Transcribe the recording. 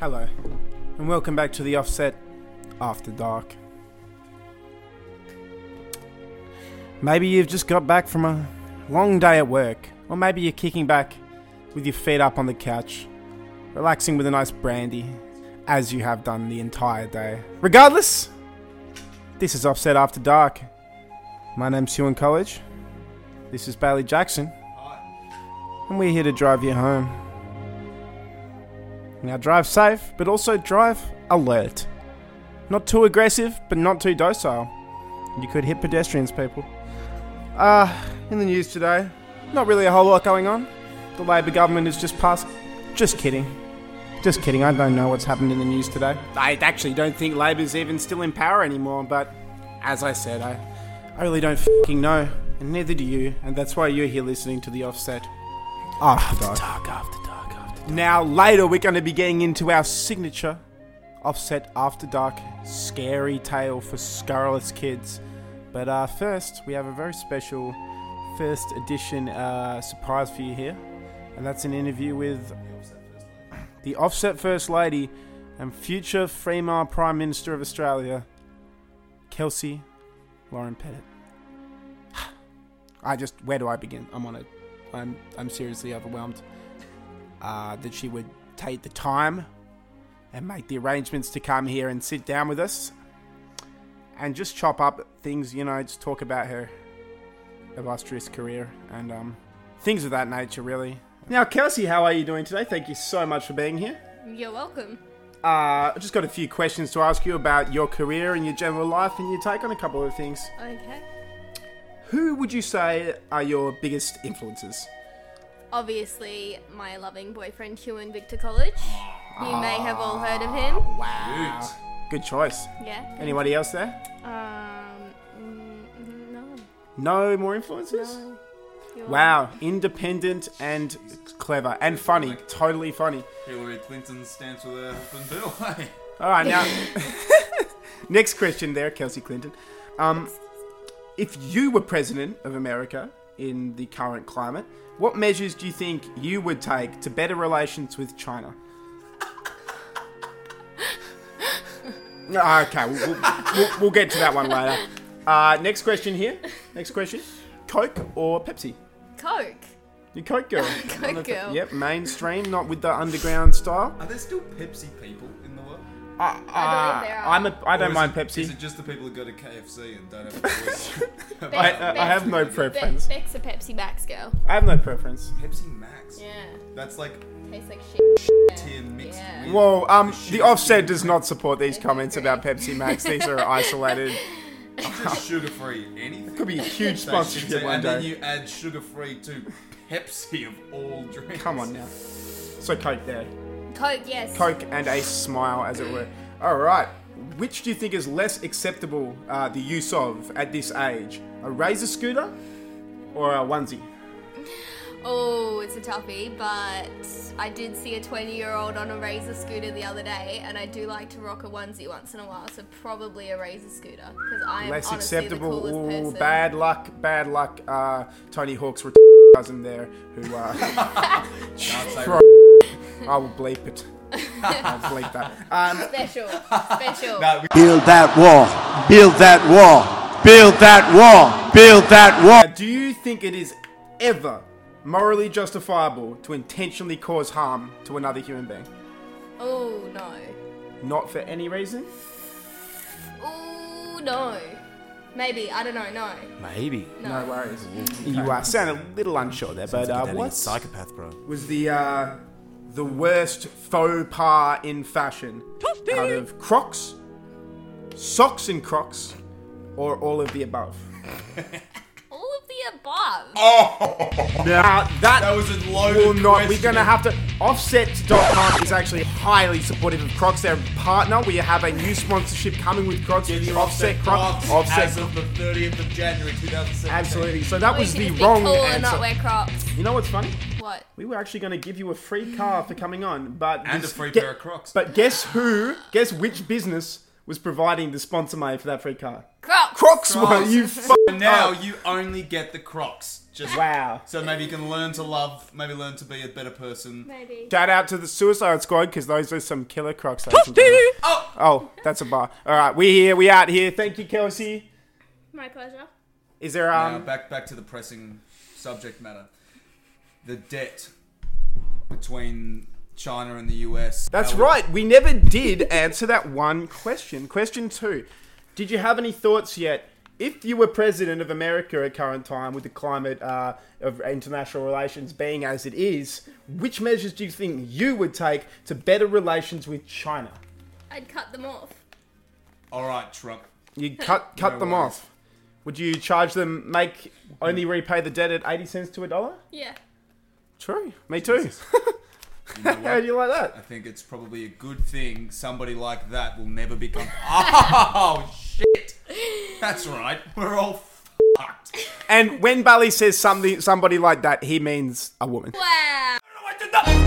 Hello, and welcome back to the Offset After Dark. Maybe you've just got back from a long day at work, or maybe you're kicking back with your feet up on the couch, relaxing with a nice brandy, as you have done the entire day. Regardless, this is Offset After Dark. My name's Sewan College. This is Bailey Jackson. And we're here to drive you home. Now drive safe, but also drive alert. Not too aggressive, but not too docile. You could hit pedestrians, people. Uh, in the news today, not really a whole lot going on. The Labor government has just passed. Just kidding. Just kidding, I don't know what's happened in the news today. I actually don't think Labor's even still in power anymore, but as I said, I, I really don't fing know, and neither do you, and that's why you're here listening to the offset. Ah, After dark. after dark, after dark. Now, later, we're going to be getting into our signature offset After Dark scary tale for Scarlet's kids. But uh, first, we have a very special first edition uh, surprise for you here, and that's an interview with the offset First Lady and future female Prime Minister of Australia, Kelsey Lauren Pettit. I just, where do I begin? I'm on a, I'm, I'm seriously overwhelmed uh, that she would take the time and make the arrangements to come here and sit down with us and just chop up things, you know, just talk about her illustrious career and um, things of that nature, really. Now, Kelsey, how are you doing today? Thank you so much for being here. You're welcome. Uh, I've just got a few questions to ask you about your career and your general life and your take on a couple of things. Okay. Who would you say are your biggest influences? Obviously, my loving boyfriend Hugh in Victor College. You may have all heard of him. Wow. Good choice. Yeah. Anybody else there? Um. mm, No. No more influences? No. You're- Wow, independent and clever and funny, totally funny. Hillary Clinton stands for the open bill. Hey. All right, now next question there, Kelsey Clinton. Um, if you were president of America in the current climate, what measures do you think you would take to better relations with China? Ah, okay, we'll, we'll, we'll, we'll get to that one later. Uh, next question here. Next question: Coke or Pepsi? Coke. You Coke girl. Coke girl. Yep, mainstream, not with the underground style. Are there still Pepsi people in the world? I, I believe there are. I'm a, I Ah, Or don't is mind it- Is Pepsi. it just the people who go to KFC and don't have a choice? I, about I, I have no Be- preference. Beck's a Pepsi Max girl. I have no preference. Pepsi Max. Yeah. That's like Tastes like shit. tier mixed Yeah. with. Well, um, the shit. offset does not support these comments agree. about Pepsi Max. These are isolated. Just sugar free anything. Could be a huge They should sponsorship say, one and then day. you add sugar free to Pepsi of all drinks. Come on now. So Coke there, Coke, yes. Coke and a smile, as it were. All right. Which do you think is less acceptable uh, the use of at this age? A razor scooter or a onesie? Oh, it's a toughie, but I did see a 20 year old on a Razor scooter the other day, and I do like to rock a onesie once in a while, so probably a Razor scooter. Because I am Less honestly the acceptable. coolest Ooh, person. bad luck, bad luck. Uh, Tony Hawk's ret- cousin there, who uh, I'd say Christ. I will bleep it. I'll bleep that. Um, Special. Special. No, we- Build that wall. Build that wall. Build that wall. Build that wall. do you think it is ever morally justifiable to intentionally cause harm to another human being? Oh, no. Not for any reason. Oh, no. Maybe. I don't know. No. Maybe. No worries. You uh, sound a little unsure there, but uh, That what what? Psychopath, bro. was the uh, the worst faux pas in fashion out of Crocs, socks and Crocs, or all of the above? All of the above. Now that, Oh! That was a loaded will not. We're question. going to have to. Offset.com is actually highly supportive of Crocs. They're a partner. We have a new sponsorship coming with Crocs. Get with your offset offset Crocs. crops as of the 30th of January 2017. Absolutely. So that Or you was can the just be wrong cool answer. and not wear crops. you know what's funny? What? We were actually going to give you a free car for coming on, but And this- a free ge- pair of Crocs. But guess who? Guess which business was providing the sponsor money for that free car. Crocs. Crocs, were you fuck But now Oh, you only get the Crocs. Just Wow. So maybe you can learn to love, maybe learn to be a better person. Maybe. Shout out to the Suicide Squad because those are some killer Crocs. I can do. Oh! oh, that's a bar. All right, we here, we out here. Thank you, Kelsey. My pleasure. Is there Now um? back back to the pressing subject matter. The debt between China and the US. That's How- right. We never did answer that one question. Question two: Did you have any thoughts yet? If you were president of America at current time, with the climate uh, of international relations being as it is, which measures do you think you would take to better relations with China? I'd cut them off. All right, Trump. You cut cut No them worries. off. Would you charge them? Make only repay the debt at eighty cents to a dollar? Yeah. True. Me too. You know How what? do you like I that? think it's probably a good thing somebody like that will never become. Oh shit! That's right. We're all fucked. And when Bally says something, somebody like that, he means a woman. Wow. I did that.